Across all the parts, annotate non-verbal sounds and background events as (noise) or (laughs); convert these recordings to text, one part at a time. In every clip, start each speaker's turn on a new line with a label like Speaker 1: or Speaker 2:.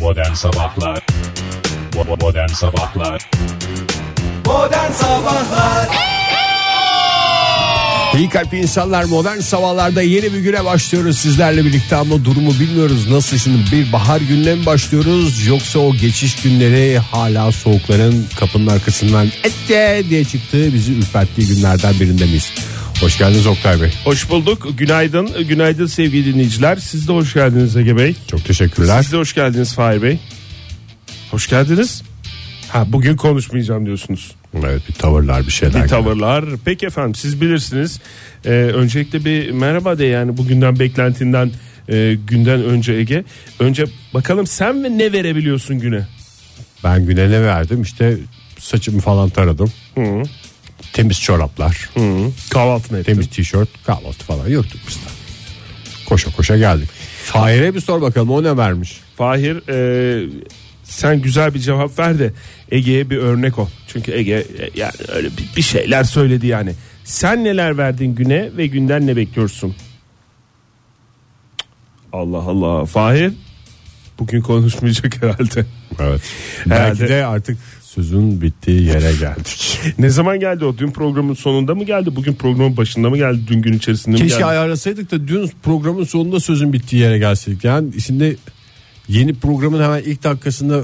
Speaker 1: Modern Sabahlar Bo- Modern Sabahlar
Speaker 2: Modern Sabahlar
Speaker 3: İyi kalpli insanlar modern sabahlarda yeni bir güne başlıyoruz sizlerle birlikte ama durumu bilmiyoruz. Nasıl şimdi bir bahar gününe mi başlıyoruz yoksa o geçiş günleri hala soğukların kapının arkasından ette diye çıktığı bizi ürperttiği günlerden birinde miyiz? Hoş geldiniz Oktay Bey.
Speaker 4: Hoş bulduk. Günaydın. Günaydın sevgili dinleyiciler. Siz de hoş geldiniz Ege Bey.
Speaker 3: Çok teşekkürler.
Speaker 4: Siz de hoş geldiniz Fahir Bey. Hoş geldiniz. Ha bugün konuşmayacağım diyorsunuz.
Speaker 3: Evet bir tavırlar bir şeyler.
Speaker 4: Bir tavırlar. Peki efendim siz bilirsiniz. Ee, öncelikle bir merhaba de yani bugünden beklentinden e, günden önce Ege. Önce bakalım sen ve ne verebiliyorsun güne?
Speaker 3: Ben güne ne verdim işte saçımı falan taradım. Temiz çoraplar,
Speaker 4: Kahvaltı ne?
Speaker 3: temiz tişört, kahvaltı falan yoktuk biz de. Koşa koşa geldik. Fahir'e bir sor bakalım o ne vermiş?
Speaker 4: Fahir e, sen güzel bir cevap ver de Ege'ye bir örnek ol. Çünkü Ege e, yani öyle bir, bir şeyler söyledi yani. Sen neler verdin güne ve günden ne bekliyorsun? Allah Allah Fahir bugün konuşmayacak (laughs) herhalde.
Speaker 3: Evet.
Speaker 4: Herhalde-
Speaker 3: Belki de artık sözün bittiği yere (laughs) geldik.
Speaker 4: ne zaman geldi o? Dün programın sonunda mı geldi? Bugün programın başında mı geldi? Dün gün içerisinde mi
Speaker 3: Keşke
Speaker 4: geldi?
Speaker 3: ayarlasaydık da dün programın sonunda sözün bittiği yere gelseydik. Yani şimdi yeni programın hemen ilk dakikasında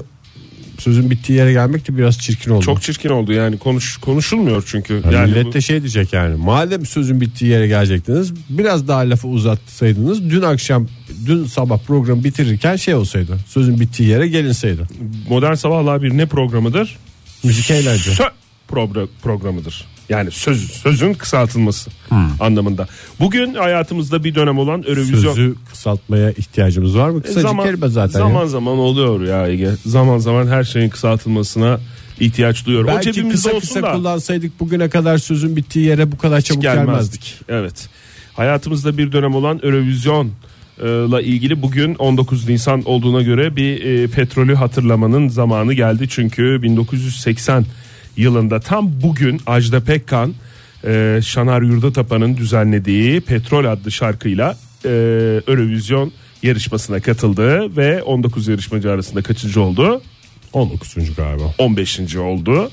Speaker 3: sözün bittiği yere gelmek de biraz çirkin oldu.
Speaker 4: Çok çirkin oldu yani konuş konuşulmuyor çünkü.
Speaker 3: yani
Speaker 4: yani
Speaker 3: millet
Speaker 4: bu-
Speaker 3: de şey diyecek yani madem sözün bittiği yere gelecektiniz biraz daha lafı uzatsaydınız dün akşam dün sabah programı bitirirken şey olsaydı sözün bittiği yere gelinseydi.
Speaker 4: Modern Sabahlar bir ne programıdır?
Speaker 3: Müzik eğlence.
Speaker 4: Sö progra- programıdır. Yani söz, sözün kısaltılması
Speaker 3: Hmm.
Speaker 4: anlamında. Bugün hayatımızda bir dönem olan Eurovision E,
Speaker 3: Sözü kısaltmaya ihtiyacımız var mı? Kısacık kelime zaten. ya.
Speaker 4: zaman zaman oluyor ya Ege. Zaman zaman her şeyin kısaltılmasına ihtiyaç duyuyorum. o
Speaker 3: Belki
Speaker 4: cebimizde
Speaker 3: kısa
Speaker 4: olsun
Speaker 3: kısa
Speaker 4: da
Speaker 3: kullansaydık bugüne kadar sözün bittiği yere bu kadar çabuk
Speaker 4: gelmezdik.
Speaker 3: gelmezdik.
Speaker 4: Evet. Hayatımızda bir dönem olan Eurovision e, la ilgili bugün 19 Nisan olduğuna göre bir e, petrolü hatırlamanın zamanı geldi. Çünkü 1980 yılında tam bugün Ajda Pekkan e, Şanar Yurdatapa'nın düzenlediği Petrol adlı şarkıyla e, Eurovision yarışmasına katıldı ve 19 yarışmacı arasında kaçıncı oldu?
Speaker 3: 19. galiba.
Speaker 4: 15. oldu.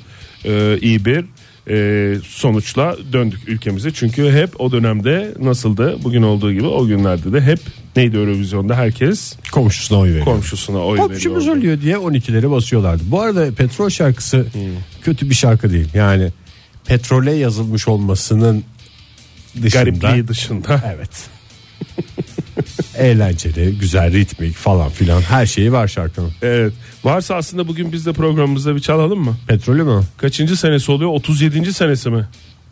Speaker 4: Ee, iyi bir e, sonuçla döndük ülkemize. Çünkü hep o dönemde nasıldı? Bugün olduğu gibi o günlerde de hep neydi Eurovizyon'da herkes
Speaker 3: Komşusuna oy veriyor.
Speaker 4: komşusuna oy
Speaker 3: Komşumuz
Speaker 4: veriyordu.
Speaker 3: ölüyor diye 12'leri basıyorlardı. Bu arada petrol şarkısı
Speaker 4: Hmm.
Speaker 3: kötü bir şarkı değil. Yani petrole yazılmış olmasının dışında.
Speaker 4: Garipliği dışında. (laughs)
Speaker 3: Evet. (laughs) Eğlenceli, güzel, ritmik falan filan her şeyi var şarkının.
Speaker 4: Evet. Varsa aslında bugün biz de programımızda bir çalalım mı?
Speaker 3: Petrolü mü?
Speaker 4: Kaçıncı senesi oluyor? 37. senesi mi?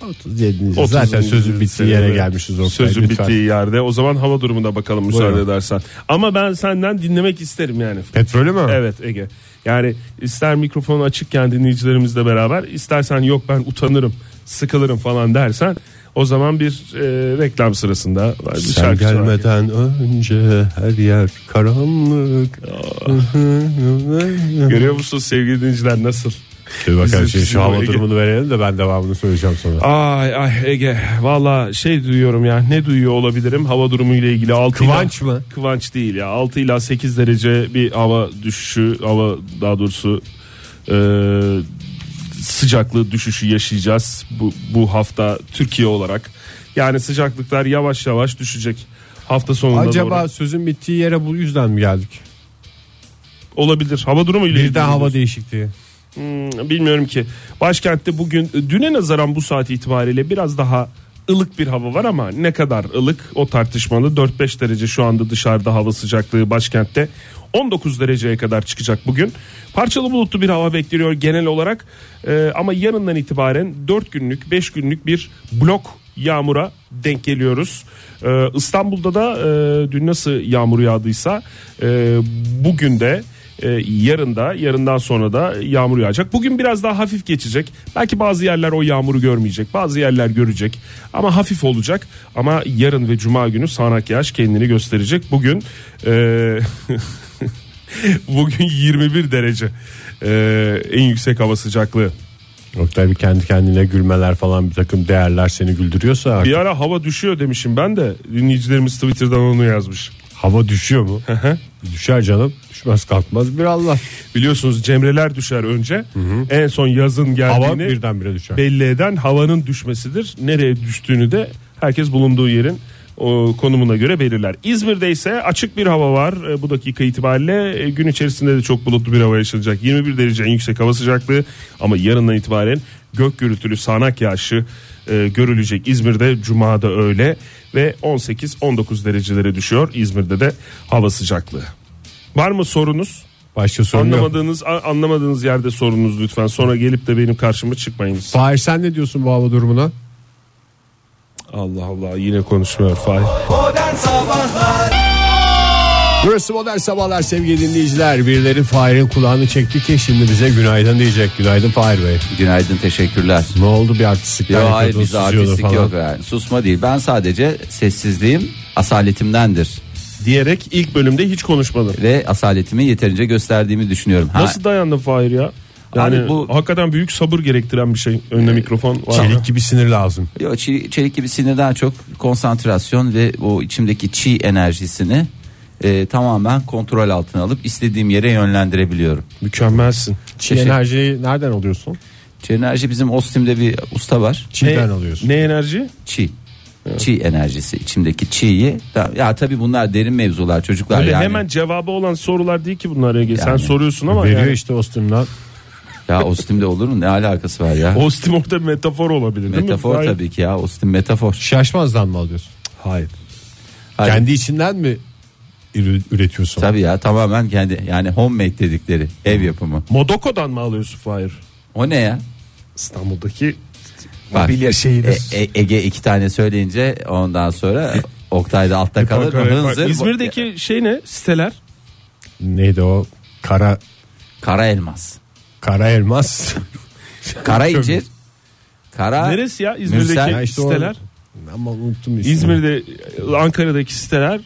Speaker 3: 37.
Speaker 4: 30.
Speaker 3: Zaten sözün bittiği yere
Speaker 4: Evet.
Speaker 3: gelmişiz. Oktay.
Speaker 4: Sözün
Speaker 3: Lütfen.
Speaker 4: bittiği yerde. O zaman hava durumuna bakalım müsaade
Speaker 3: Buyurun.
Speaker 4: edersen. Ama ben senden dinlemek isterim yani.
Speaker 3: Petrolü mü?
Speaker 4: Evet Ege. Yani ister mikrofonu açıkken dinleyicilerimizle beraber istersen yok ben utanırım sıkılırım falan dersen o zaman bir e, reklam sırasında bir
Speaker 3: Sen
Speaker 4: şarkı çalar.
Speaker 3: gelmeden önce her yer karanlık.
Speaker 4: Görüyor musunuz sevgili dinleyiciler nasıl?
Speaker 3: Dur bakalım şimdi
Speaker 4: Bizim
Speaker 3: şu hava
Speaker 4: Ege-
Speaker 3: durumunu verelim de ben devamını söyleyeceğim sonra.
Speaker 4: Ay ay Ege valla şey duyuyorum ya ne duyuyor olabilirim hava durumu ile ilgili. 6
Speaker 3: Kıvanç mı?
Speaker 4: Kıvanç değil ya 6 ila 8 derece bir hava düşüşü hava daha doğrusu e, sıcaklığı düşüşü yaşayacağız bu, bu hafta Türkiye olarak. Yani sıcaklıklar yavaş yavaş düşecek hafta sonunda
Speaker 3: Acaba
Speaker 4: doğru.
Speaker 3: sözün bittiği yere bu yüzden mi geldik?
Speaker 4: olabilir hava durumu ile ilgili.
Speaker 3: Birden hava değişikliği.
Speaker 4: Hmm, bilmiyorum ki. Başkentte bugün düne nazaran bu saat itibariyle biraz daha ılık bir hava var ama ne kadar ılık o tartışmalı. 4-5 derece şu anda dışarıda hava sıcaklığı başkentte. 19 dereceye kadar çıkacak bugün. Parçalı bulutlu bir hava bekliyor genel olarak. Ee, ama yarından itibaren 4 günlük 5 günlük bir blok yağmura denk geliyoruz. Ee, İstanbul'da da e, dün nasıl yağmur yağdıysa e, bugün de ee, yarın da yarından sonra da yağmur yağacak. Bugün biraz daha hafif geçecek. Belki bazı yerler o yağmuru görmeyecek. Bazı yerler görecek. Ama hafif olacak. Ama yarın ve cuma günü sağanak yağış kendini gösterecek. Bugün ee, (laughs) bugün 21 derece ee, en yüksek hava sıcaklığı.
Speaker 3: Oktay bir kendi kendine gülmeler falan bir takım değerler seni güldürüyorsa
Speaker 4: Bir ara hava düşüyor demişim ben de dinleyicilerimiz Twitter'dan onu yazmış.
Speaker 3: Hava düşüyor mu? Düşer canım. Düşmez kalkmaz bir Allah.
Speaker 4: Biliyorsunuz cemreler düşer önce. En son yazın geldiğini
Speaker 3: Hava birdenbire düşer.
Speaker 4: belli eden havanın düşmesidir. Nereye düştüğünü de herkes bulunduğu yerin o, konumuna göre belirler. İzmir'de ise açık bir hava var e, bu dakika itibariyle. E, gün içerisinde de çok bulutlu bir hava yaşanacak. 21 derece en yüksek hava sıcaklığı ama yarından itibaren gök gürültülü sağanak yağışı e, görülecek. İzmir'de Cuma'da öyle ve 18-19 derecelere düşüyor. İzmir'de de hava sıcaklığı. Var mı sorunuz?
Speaker 3: Başka sorun yok.
Speaker 4: Anlamadığınız a- anlamadığınız yerde sorunuz lütfen. Sonra gelip de benim karşıma çıkmayınız.
Speaker 3: Fahir sen ne diyorsun bu hava durumuna?
Speaker 4: Allah Allah yine konuşmuyor Fahir.
Speaker 2: Modern Sabahlar
Speaker 3: Burası Modern Sabahlar sevgili dinleyiciler. Birileri Fahir'in kulağını çekti ki şimdi bize günaydın diyecek. Günaydın Fahir Bey.
Speaker 5: Günaydın teşekkürler.
Speaker 3: Ne oldu bir artistlik?
Speaker 5: Yok
Speaker 3: yapıyordun,
Speaker 5: hayır bizde
Speaker 3: susuyordu
Speaker 5: artistlik
Speaker 3: falan.
Speaker 5: yok yani. Susma değil. Ben sadece sessizliğim asaletimdendir.
Speaker 4: Diyerek ilk bölümde hiç konuşmadım.
Speaker 5: Ve asaletimi yeterince gösterdiğimi düşünüyorum. Ha,
Speaker 4: Nasıl dayandın Fahir ya? Yani
Speaker 5: Abi bu-
Speaker 4: hakikaten büyük sabır gerektiren bir şey. Önüne mikrofon var. mı?
Speaker 3: Çelik gibi sinir lazım.
Speaker 5: Yok çi- çelik gibi sinirden çok konsantrasyon ve o içimdeki çi enerjisini e, tamamen kontrol altına alıp istediğim yere yönlendirebiliyorum.
Speaker 4: Mükemmelsin.
Speaker 3: Çiğ
Speaker 5: Teşekkür-
Speaker 3: enerjiyi nereden alıyorsun?
Speaker 5: Çi enerji bizim Ostim'de bir usta var.
Speaker 3: Çiğden
Speaker 4: ne,
Speaker 3: alıyorsun.
Speaker 4: Ne enerji?
Speaker 5: Çi. Çi enerjisi içimdeki çiğyi. da- Ya tabii bunlar derin mevzular çocuklar
Speaker 4: Öyle
Speaker 5: yani.
Speaker 4: hemen cevabı olan sorular değil ki bunlar Ege. Sen
Speaker 5: Yani.
Speaker 4: soruyorsun ama
Speaker 3: Veriyor
Speaker 4: yani.
Speaker 3: işte Ostim'den.
Speaker 5: Ya Ostim'de olur mu? Ne alakası var ya?
Speaker 4: Ostim orada metafor olabilir değil mi?
Speaker 5: Metafor
Speaker 4: Fahir?
Speaker 5: tabii ki ya. Ostim metafor.
Speaker 3: Şaşmazdan mı alıyorsun? Hayır.
Speaker 5: Hayır.
Speaker 3: Kendi içinden mi ürü- üretiyorsun?
Speaker 5: Tabii ya tamamen kendi yani homemade dedikleri ev yapımı.
Speaker 4: Modoko'dan mı alıyorsun Fahir?
Speaker 5: O ne ya?
Speaker 4: İstanbul'daki
Speaker 5: Bak,
Speaker 4: şehir.
Speaker 5: E- E- Ege iki tane söyleyince ondan sonra Oktay da altta kalır mı? Hınzır.
Speaker 4: İzmir'deki şey ne? Siteler.
Speaker 3: Neydi o? Kara
Speaker 5: Kara elmas.
Speaker 3: kara (laughs) elmas.
Speaker 5: Kara incir. Kara
Speaker 4: Neresi ya İzmir'deki
Speaker 5: Mürsel.
Speaker 3: Ya işte o-
Speaker 4: siteler?
Speaker 3: Ama unuttum ismini.
Speaker 4: İzmir'de Ankara'daki siteler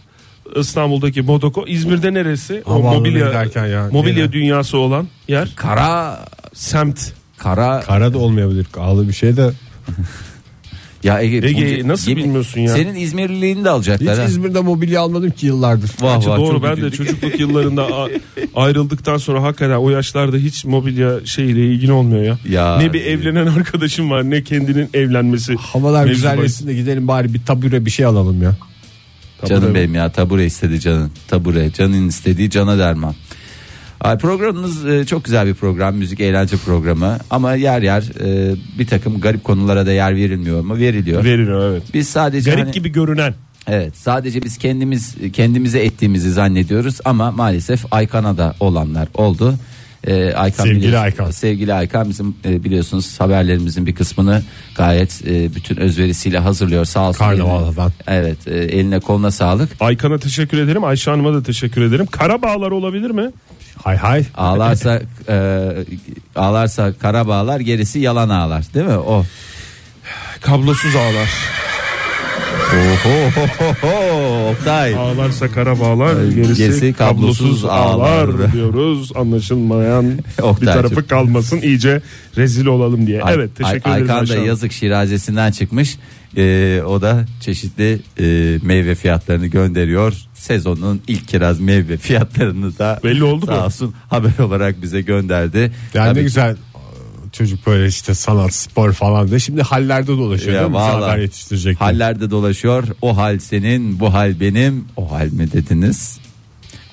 Speaker 4: İstanbul'daki Modoko İzmir'de neresi? O
Speaker 3: Havaalanı
Speaker 4: mobilya
Speaker 3: giderken ya,
Speaker 4: mobilya
Speaker 3: yine.
Speaker 4: dünyası olan yer
Speaker 5: Kara
Speaker 4: semt.
Speaker 5: Kara
Speaker 3: Kara da olmayabilir. Ağlı bir şey de.
Speaker 5: ya Ege,
Speaker 4: Ege,
Speaker 5: bunca-
Speaker 4: nasıl bilmiyorsun ya?
Speaker 5: Senin İzmirliliğini de
Speaker 3: Hiç
Speaker 5: alacaklar. ha.
Speaker 3: İzmir'de mobilya almadım ki yıllardır.
Speaker 5: Vah
Speaker 4: Gerçi
Speaker 5: vah,
Speaker 4: doğru
Speaker 5: çok
Speaker 4: ben de
Speaker 3: (laughs)
Speaker 5: üzüldük.
Speaker 4: çocukluk yıllarında a- ayrıldıktan sonra hakikaten o yaşlarda hiç mobilya şeyle ilgili olmuyor ya.
Speaker 5: Ya.
Speaker 4: ne bir evlenen arkadaşım var ne kendinin evlenmesi.
Speaker 3: Havalar
Speaker 4: Mevzu bahis.
Speaker 3: güzelleşsin de gidelim bari bir tabure bir şey alalım ya.
Speaker 5: Canım
Speaker 4: Tabure.
Speaker 5: benim ya tabure istedi canın. Tabure canın istediği cana derman. Ay, programımız e, çok güzel bir program müzik eğlence programı ama yer yer e, bir takım garip konulara da yer verilmiyor mu veriliyor.
Speaker 4: Veriliyor evet.
Speaker 5: biz sadece
Speaker 4: Garip
Speaker 5: hani-
Speaker 4: gibi görünen.
Speaker 5: evet sadece biz kendimiz kendimize ettiğimizi zannediyoruz ama maalesef Aykan'a da olanlar oldu. E, Aykan
Speaker 3: Sevgili
Speaker 5: biliyorsun-
Speaker 3: Aykan.
Speaker 5: Sevgili Aykan bizim e, biliyorsunuz haberlerimizin bir kısmını gayet e, bütün özverisiyle hazırlıyor sağ olsun.
Speaker 3: Karnaval'dan.
Speaker 5: Evet e, eline koluna sağlık.
Speaker 4: Aykan'a teşekkür ederim. Ayşe Hanım'a da teşekkür ederim. Karabağlar olabilir mi?
Speaker 3: Hay hay. (laughs)
Speaker 5: Ağlarsa e, ağlarsa kara bağlar gerisi yalan ağlar değil mi? Oh. O.
Speaker 4: Kablosuz ağlar.
Speaker 5: Oho, Oktay.
Speaker 4: Ağlarsa kara bağlar, gerisi,
Speaker 5: Ee, gerisi
Speaker 4: kablosuz,
Speaker 5: kablosuz (laughs)
Speaker 4: ağlar,
Speaker 5: ağlar.
Speaker 4: diyoruz. Anlaşılmayan bir
Speaker 5: (laughs) Oktay'cığım.
Speaker 4: tarafı kalmasın iyice rezil olalım diye.
Speaker 5: Ay-
Speaker 4: evet teşekkür
Speaker 5: Ay-
Speaker 4: ederiz.
Speaker 5: Aykan da
Speaker 4: Ayşe Hanım.
Speaker 5: yazık şirazesinden çıkmış. E, o da çeşitli e, meyve fiyatlarını gönderiyor. Sezonun ilk kiraz meyve fiyatlarını da
Speaker 4: Belli oldu mu?
Speaker 5: sağ olsun haber olarak bize gönderdi.
Speaker 3: Yani
Speaker 5: Tabii
Speaker 3: ne
Speaker 5: ki-
Speaker 3: güzel çocuk böyle işte sanat, spor falan da şimdi hallerde
Speaker 4: şey
Speaker 3: dolaşıyor
Speaker 5: Ya
Speaker 3: değil mi? Bize
Speaker 5: vallahi.
Speaker 3: haber yetiştirecek.
Speaker 5: Hallerde dolaşıyor. O hal senin, bu hal benim. O hal mi dediniz?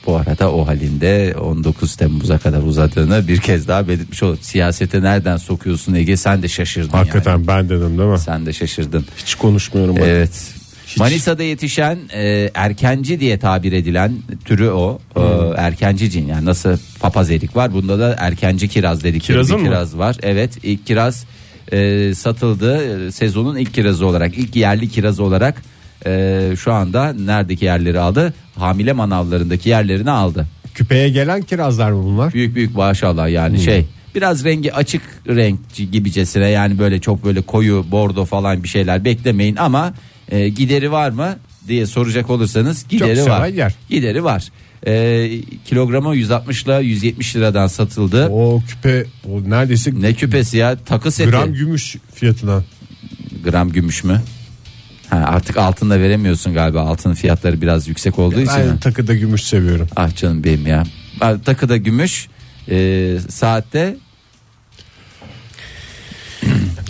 Speaker 5: Bu arada o halinde 19 Temmuz'a kadar uzadığını bir kez daha belirtmiş olduk. Siyasete nereden sokuyorsun Ege? Sen de şaşırdın
Speaker 3: Hakikaten ben dedim değil mi?
Speaker 5: yani. Sen de şaşırdın.
Speaker 4: Hiç konuşmuyorum.
Speaker 3: Ee,
Speaker 4: ben.
Speaker 5: Evet. Manisa'da yetişen e, erkenci diye tabir edilen türü o. E,
Speaker 4: Hmm.
Speaker 5: erkenci cin yani nasıl papaz erik var bunda da erkenci kiraz dedik.
Speaker 4: Kirazın
Speaker 5: bir
Speaker 4: mı?
Speaker 5: kiraz var. Evet ilk kiraz e, satıldı E, sezonun ilk kirazı olarak ilk yerli kirazı olarak e, şu anda neredeki yerleri aldı? Hamile manavlarındaki yerlerini aldı.
Speaker 3: Küpeye gelen kirazlar mı bunlar?
Speaker 5: Büyük büyük maşallah yani
Speaker 3: Hmm.
Speaker 5: şey biraz rengi açık renk gibicesine yani böyle çok böyle koyu bordo falan bir şeyler beklemeyin ama e, gideri var mı diye soracak olursanız gideri
Speaker 3: seven
Speaker 5: var.
Speaker 3: yer.
Speaker 5: Gideri var. E, kilogramı 160 ile 170 liradan satıldı.
Speaker 3: O küpe o neredeyse
Speaker 5: Ne küpesi ya takı seti.
Speaker 3: gram gümüş fiyatına.
Speaker 5: Gram gümüş mü? Hani artık altın da veremiyorsun galiba. Altın fiyatları biraz yüksek olduğu için.
Speaker 3: Ben takıda gümüş seviyorum.
Speaker 5: Ah canım benim ya. Ah, Takıda gümüş, e, saatte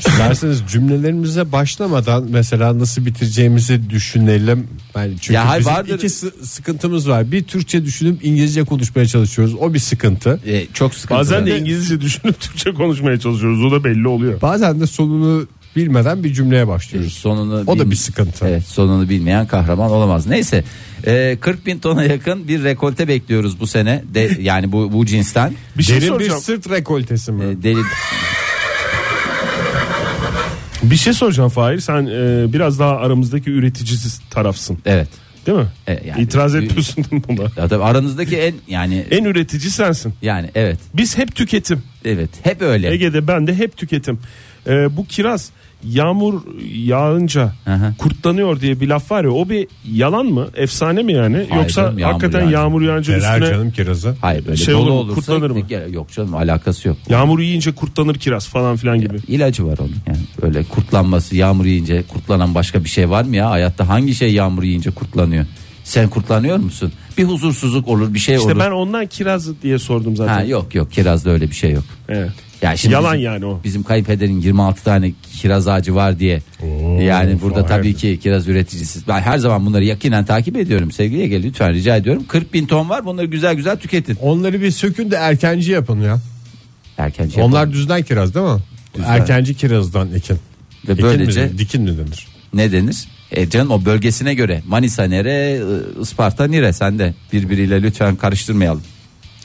Speaker 3: İsterseniz cümlelerimize başlamadan mesela nasıl bitireceğimizi düşünelim. Yani çünkü
Speaker 5: Ya hayır,
Speaker 3: bizim
Speaker 5: vardır.
Speaker 3: iki sı- sıkıntımız var. Bir Türkçe düşünüp İngilizce konuşmaya çalışıyoruz. O bir sıkıntı.
Speaker 5: e, çok sıkıntı.
Speaker 4: Bazen de İngilizce (laughs) düşünüp Türkçe konuşmaya çalışıyoruz. O da belli oluyor.
Speaker 3: Bazen de sonunu bilmeden bir cümleye başlıyoruz.
Speaker 5: sonunu
Speaker 3: O da
Speaker 5: bilmi-
Speaker 3: bir sıkıntı.
Speaker 5: Evet, sonunu bilmeyen kahraman olamaz. Neyse, e, 40 bin tona yakın bir rekolte bekliyoruz bu sene. De, yani bu bu cinsten.
Speaker 4: Bir şey
Speaker 3: Derin bir
Speaker 4: soracağım.
Speaker 3: sırt rekoltesi mi?
Speaker 5: E, deli
Speaker 4: Bir şey soracağım Fahir. Sen e, biraz daha aramızdaki üreticisiz tarafsın.
Speaker 5: Evet.
Speaker 4: Değil mi?
Speaker 5: E, yani-
Speaker 4: İtiraz etmiyorsun (laughs) değil mi buna.
Speaker 5: Ya tabii aranızdaki en yani
Speaker 4: En üretici sensin.
Speaker 5: yani evet.
Speaker 4: Biz hep tüketim.
Speaker 5: Evet. Hep öyle.
Speaker 4: Ege'de ben de hep tüketim. E, bu kiraz yağmur yağınca
Speaker 5: Aha.
Speaker 4: kurtlanıyor diye bir laf var ya o bir yalan mı? Efsane mi yani?
Speaker 5: Hayır
Speaker 4: Yoksa
Speaker 5: canım, yağmur
Speaker 4: hakikaten
Speaker 5: yağınca.
Speaker 4: yağmur yağınca
Speaker 3: Neler
Speaker 4: üstüne
Speaker 3: canım kirazı.
Speaker 5: Hayır böyle
Speaker 4: Şey
Speaker 5: dolu
Speaker 4: olur mu,
Speaker 5: olursa
Speaker 4: kurtlanır mı?
Speaker 5: Ya, yok canım alakası yok.
Speaker 4: yağmur yiyince kurtlanır kiraz falan filan gibi.
Speaker 5: İlacı var onun yani böyle kurtlanması yağmur yiyince kurtlanan başka bir şey var mı ya hayatta hangi şey yağmur yiyince kurtlanıyor? Sen kurtlanıyor musun? Bir huzursuzluk olur bir şey
Speaker 4: İşte
Speaker 5: olur.
Speaker 4: ben ondan kiraz diye sordum zaten.
Speaker 5: Ha, yok yok kirazda öyle bir şey yok.
Speaker 4: Evet.
Speaker 5: Ya şimdi
Speaker 4: Yalan
Speaker 5: bizim-
Speaker 4: yani o.
Speaker 5: Bizim kayınpederin 26 tane kiraz ağacı var diye. yani burada
Speaker 3: vay
Speaker 5: tabii
Speaker 3: be.
Speaker 5: ki kiraz üreticisi. Ben her zaman bunları yakinen takip ediyorum sevgili Ege lütfen rica ediyorum. 40 bin ton var bunları güzel güzel tüketin.
Speaker 3: Onları bir sökün de erkenci yapın ya.
Speaker 5: Erken şey
Speaker 3: Onlar düzden kiraz değil mi? Erkenci kirazdan ekin.
Speaker 5: Ve
Speaker 3: ekin
Speaker 5: böylece-
Speaker 3: mi denir, dikin mi denir?
Speaker 5: ne denir? E canım o bölgesine göre Manisa nere I- Isparta nere sen de birbiriyle lütfen karıştırmayalım.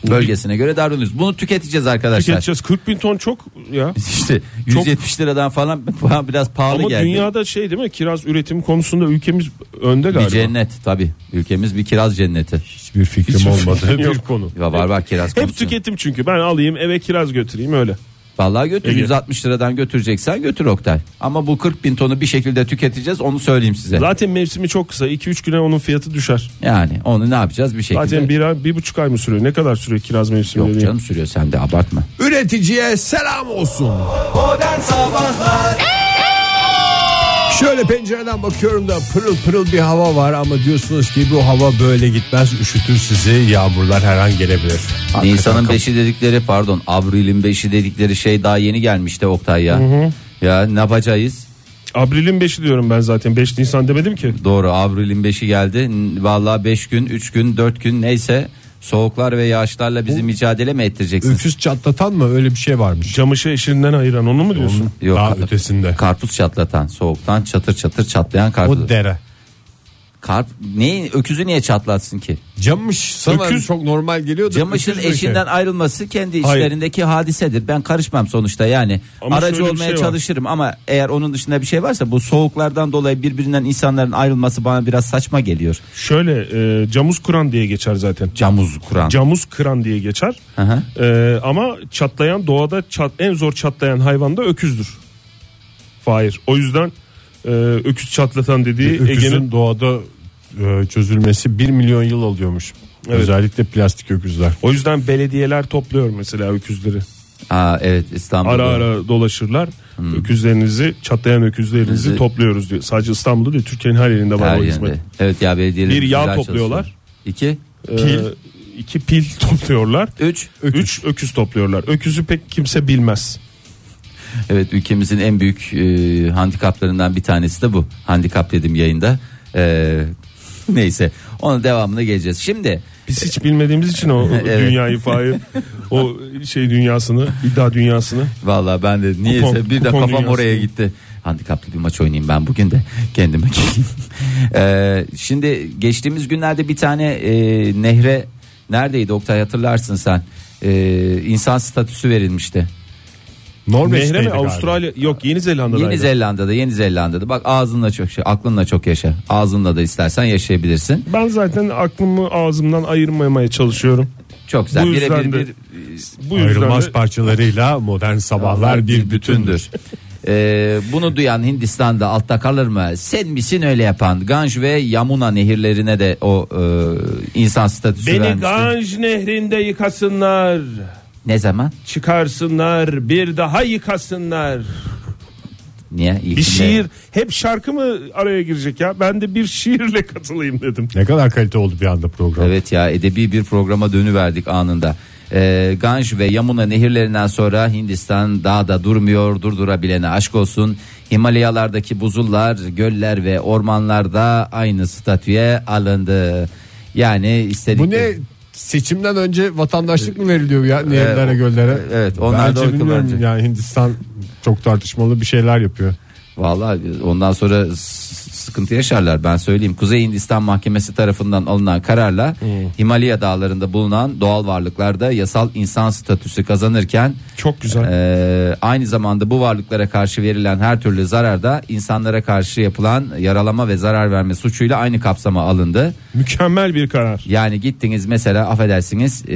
Speaker 5: Bölgesine göre davranıyoruz. Bunu tüketeceğiz arkadaşlar.
Speaker 4: Tüketeceğiz. 40 bin ton çok ya.
Speaker 5: (laughs) İşte
Speaker 4: Çok-
Speaker 5: 170 liradan falan (laughs) bana biraz pahalı
Speaker 4: Ama
Speaker 5: geldi.
Speaker 4: dünyada şey değil mi kiraz üretimi konusunda ülkemiz önde
Speaker 5: bir
Speaker 4: galiba.
Speaker 5: cennet tabii. Ülkemiz bir kiraz cenneti.
Speaker 3: Hiçbir fikrim olmadı.
Speaker 4: (laughs) Yok.
Speaker 3: bir konu.
Speaker 5: Ya var var kiraz
Speaker 4: Hep
Speaker 5: konusu.
Speaker 4: tüketim çünkü ben alayım eve kiraz götüreyim öyle.
Speaker 5: Vallahi götür
Speaker 4: Ege.
Speaker 5: 160 liradan götüreceksen götür Oktay. Ama bu 40 bin tonu bir şekilde tüketeceğiz onu söyleyeyim size.
Speaker 4: Zaten mevsimi çok kısa 2-3 güne onun fiyatı düşer.
Speaker 5: Yani onu ne yapacağız bir şekilde.
Speaker 4: Zaten bir, ay- bir buçuk ay mı sürüyor ne kadar sürüyor kiraz mevsimi
Speaker 5: Yok
Speaker 4: dediğin?
Speaker 5: canım sürüyor sen de abartma.
Speaker 3: (laughs) Üreticiye selam olsun.
Speaker 2: Modern Sabahlar
Speaker 3: Şöyle pencereden bakıyorum da pırıl pırıl bir hava var ama diyorsunuz ki bu hava böyle gitmez üşütür sizi yağmurlar her an gelebilir.
Speaker 5: Nisan'ın 5'i dedikleri pardon Abril'in 5'i dedikleri şey daha yeni gelmişti Oktay ya. Ya ne yapacağız?
Speaker 4: Abril'in 5'i diyorum ben zaten 5 Nisan demedim ki.
Speaker 5: Doğru Abril'in 5'i geldi. N- Vallahi 5 gün 3 gün 4 gün neyse soğuklar ve yağışlarla bizi mücadele mi ettireceksiniz?
Speaker 3: Öküz çatlatan mı öyle bir şey varmış.
Speaker 4: Camışı eşinden ayıran onu mu diyorsun?
Speaker 5: Yok.
Speaker 3: Daha
Speaker 5: ka-
Speaker 3: ötesinde.
Speaker 5: Karpuz çatlatan soğuktan çatır çatır çatlayan karpuz.
Speaker 3: O dere.
Speaker 5: Karp neyi öküzü niye çatlatsın ki?
Speaker 3: Camış sana
Speaker 4: Öküz-
Speaker 3: çok normal geliyordu.
Speaker 5: Camışın
Speaker 3: Öküz mü
Speaker 5: eşinden
Speaker 3: şey?
Speaker 5: ayrılması kendi
Speaker 4: Hayır.
Speaker 5: işlerindeki hadisedir. Ben karışmam sonuçta yani.
Speaker 4: Ama
Speaker 5: Aracı
Speaker 4: şöyle bir
Speaker 5: olmaya
Speaker 4: şey var.
Speaker 5: çalışırım ama eğer onun dışında bir şey varsa bu soğuklardan dolayı birbirinden insanların ayrılması bana biraz saçma geliyor.
Speaker 4: Şöyle e, camuz kuran diye geçer zaten.
Speaker 5: Camuz kuran.
Speaker 4: Camuz kıran diye geçer.
Speaker 5: Hı hı.
Speaker 4: E, ama çatlayan doğada çat, en zor çatlayan hayvan da öküzdür. Fahir. O yüzden e, öküz çatlatan dediği Ege'nin
Speaker 3: Öküzün doğada e, çözülmesi 1 milyon yıl alıyormuş. Özellikle plastik öküzler.
Speaker 4: o yüzden belediyeler topluyor mesela öküzleri.
Speaker 5: Aa, evet İstanbul'da.
Speaker 4: Ara ara dolaşırlar. Öküzlerinizi, çatlayan öküzlerinizi
Speaker 5: Hmm. Bizi-
Speaker 4: topluyoruz diyor. Sadece İstanbul'da değil, Türkiye'nin her yerinde var
Speaker 5: Her
Speaker 4: o
Speaker 5: yerinde.
Speaker 4: hizmet.
Speaker 5: Evet ya belediyeler.
Speaker 4: Bir yağ
Speaker 5: güzel
Speaker 4: topluyorlar.
Speaker 5: çalışıyor. İki,
Speaker 4: Pil. Ee, iki pil (laughs) topluyorlar.
Speaker 5: üç.
Speaker 4: Üç öküz topluyorlar. Öküzü pek kimse bilmez.
Speaker 5: Evet ülkemizin en büyük e, handikaplarından bir tanesi de bu. Handikap dedim yayında. E, neyse onun devamına geleceğiz. Şimdi
Speaker 4: Biz hiç bilmediğimiz için o
Speaker 5: (laughs) Evet.
Speaker 4: dünyayı Fahir, o şey dünyasını, iddia dünyasını.
Speaker 5: Valla ben de niyeyse
Speaker 4: Kupon-
Speaker 5: bir de
Speaker 4: kupon
Speaker 5: kafam
Speaker 4: dünyası.
Speaker 5: oraya gitti. Handikaplı bir maç oynayayım ben bugün de kendime (laughs) geleyim. Ee, şimdi geçtiğimiz günlerde bir tane e, nehre neredeydi Oktay hatırlarsın sen. Ee, insan statüsü verilmişti.
Speaker 3: Norveç'teydi
Speaker 4: Nehre mi?
Speaker 3: galiba.
Speaker 4: Avustralya yok Yeni Zelanda'da.
Speaker 5: Yeni Zelanda'da Yeni Zelanda'da bak ağzınla çok şey aklınla çok yaşa. Ağzınla da istersen yaşayabilirsin.
Speaker 4: ben zaten aklımı ağzımdan ayırmamaya çalışıyorum.
Speaker 5: Çok güzel.
Speaker 4: Bu
Speaker 5: Birebir
Speaker 4: yüzden de-
Speaker 5: bir e,
Speaker 4: Bu yüzden
Speaker 3: Ayrılmaz
Speaker 4: de
Speaker 3: parçalarıyla modern sabahlar bir bütündür.
Speaker 5: Ee, bunu duyan Hindistan'da altta kalır mı? Sen misin öyle yapan? Ganj ve Yamuna nehirlerine de o e, insan statüsü
Speaker 4: beni
Speaker 5: vermişti.
Speaker 4: Ganj nehrinde yıkasınlar,
Speaker 5: Ne zaman?
Speaker 4: çıkarsınlar, bir daha yıkasınlar.
Speaker 5: Niye? İyi
Speaker 4: Bir
Speaker 5: ki de-
Speaker 4: şiir hep şarkı mı araya girecek ya? Ben de bir (laughs) şiirle katılayım dedim.
Speaker 3: Ne kadar kalite oldu bir anda program.
Speaker 5: Evet ya edebi bir programa dönüverdik anında. Ee, Ganj ve Yamuna nehirlerinden sonra Hindistan dağda durmuyor durdurabilene aşk olsun. Himalayalardaki buzullar, göller ve ormanlarda aynı statüye alındı. Yani istedik.
Speaker 3: Bu ne seçimden önce vatandaşlık mı veriliyor ya nehirlere
Speaker 5: o-
Speaker 3: göllere?
Speaker 5: evet, onlar
Speaker 3: Bence
Speaker 5: da oy
Speaker 3: bilmiyorum
Speaker 5: kullanacak.
Speaker 3: yani Hindistan çok tartışmalı bir şeyler yapıyor.
Speaker 5: Vallahi ondan sonra s- sıkıntı yaşarlar ben söyleyeyim. Kuzey Hindistan Mahkemesi tarafından alınan kararla Himalaya dağlarında bulunan doğal varlıklarda yasal insan statüsü kazanırken
Speaker 4: Çok güzel.
Speaker 5: Ee, aynı zamanda bu varlıklara karşı verilen her türlü zarar da insanlara karşı yapılan yaralama ve zarar verme suçuyla aynı kapsama alındı.
Speaker 4: Mükemmel bir karar.
Speaker 5: Yani gittiniz mesela affedersiniz e,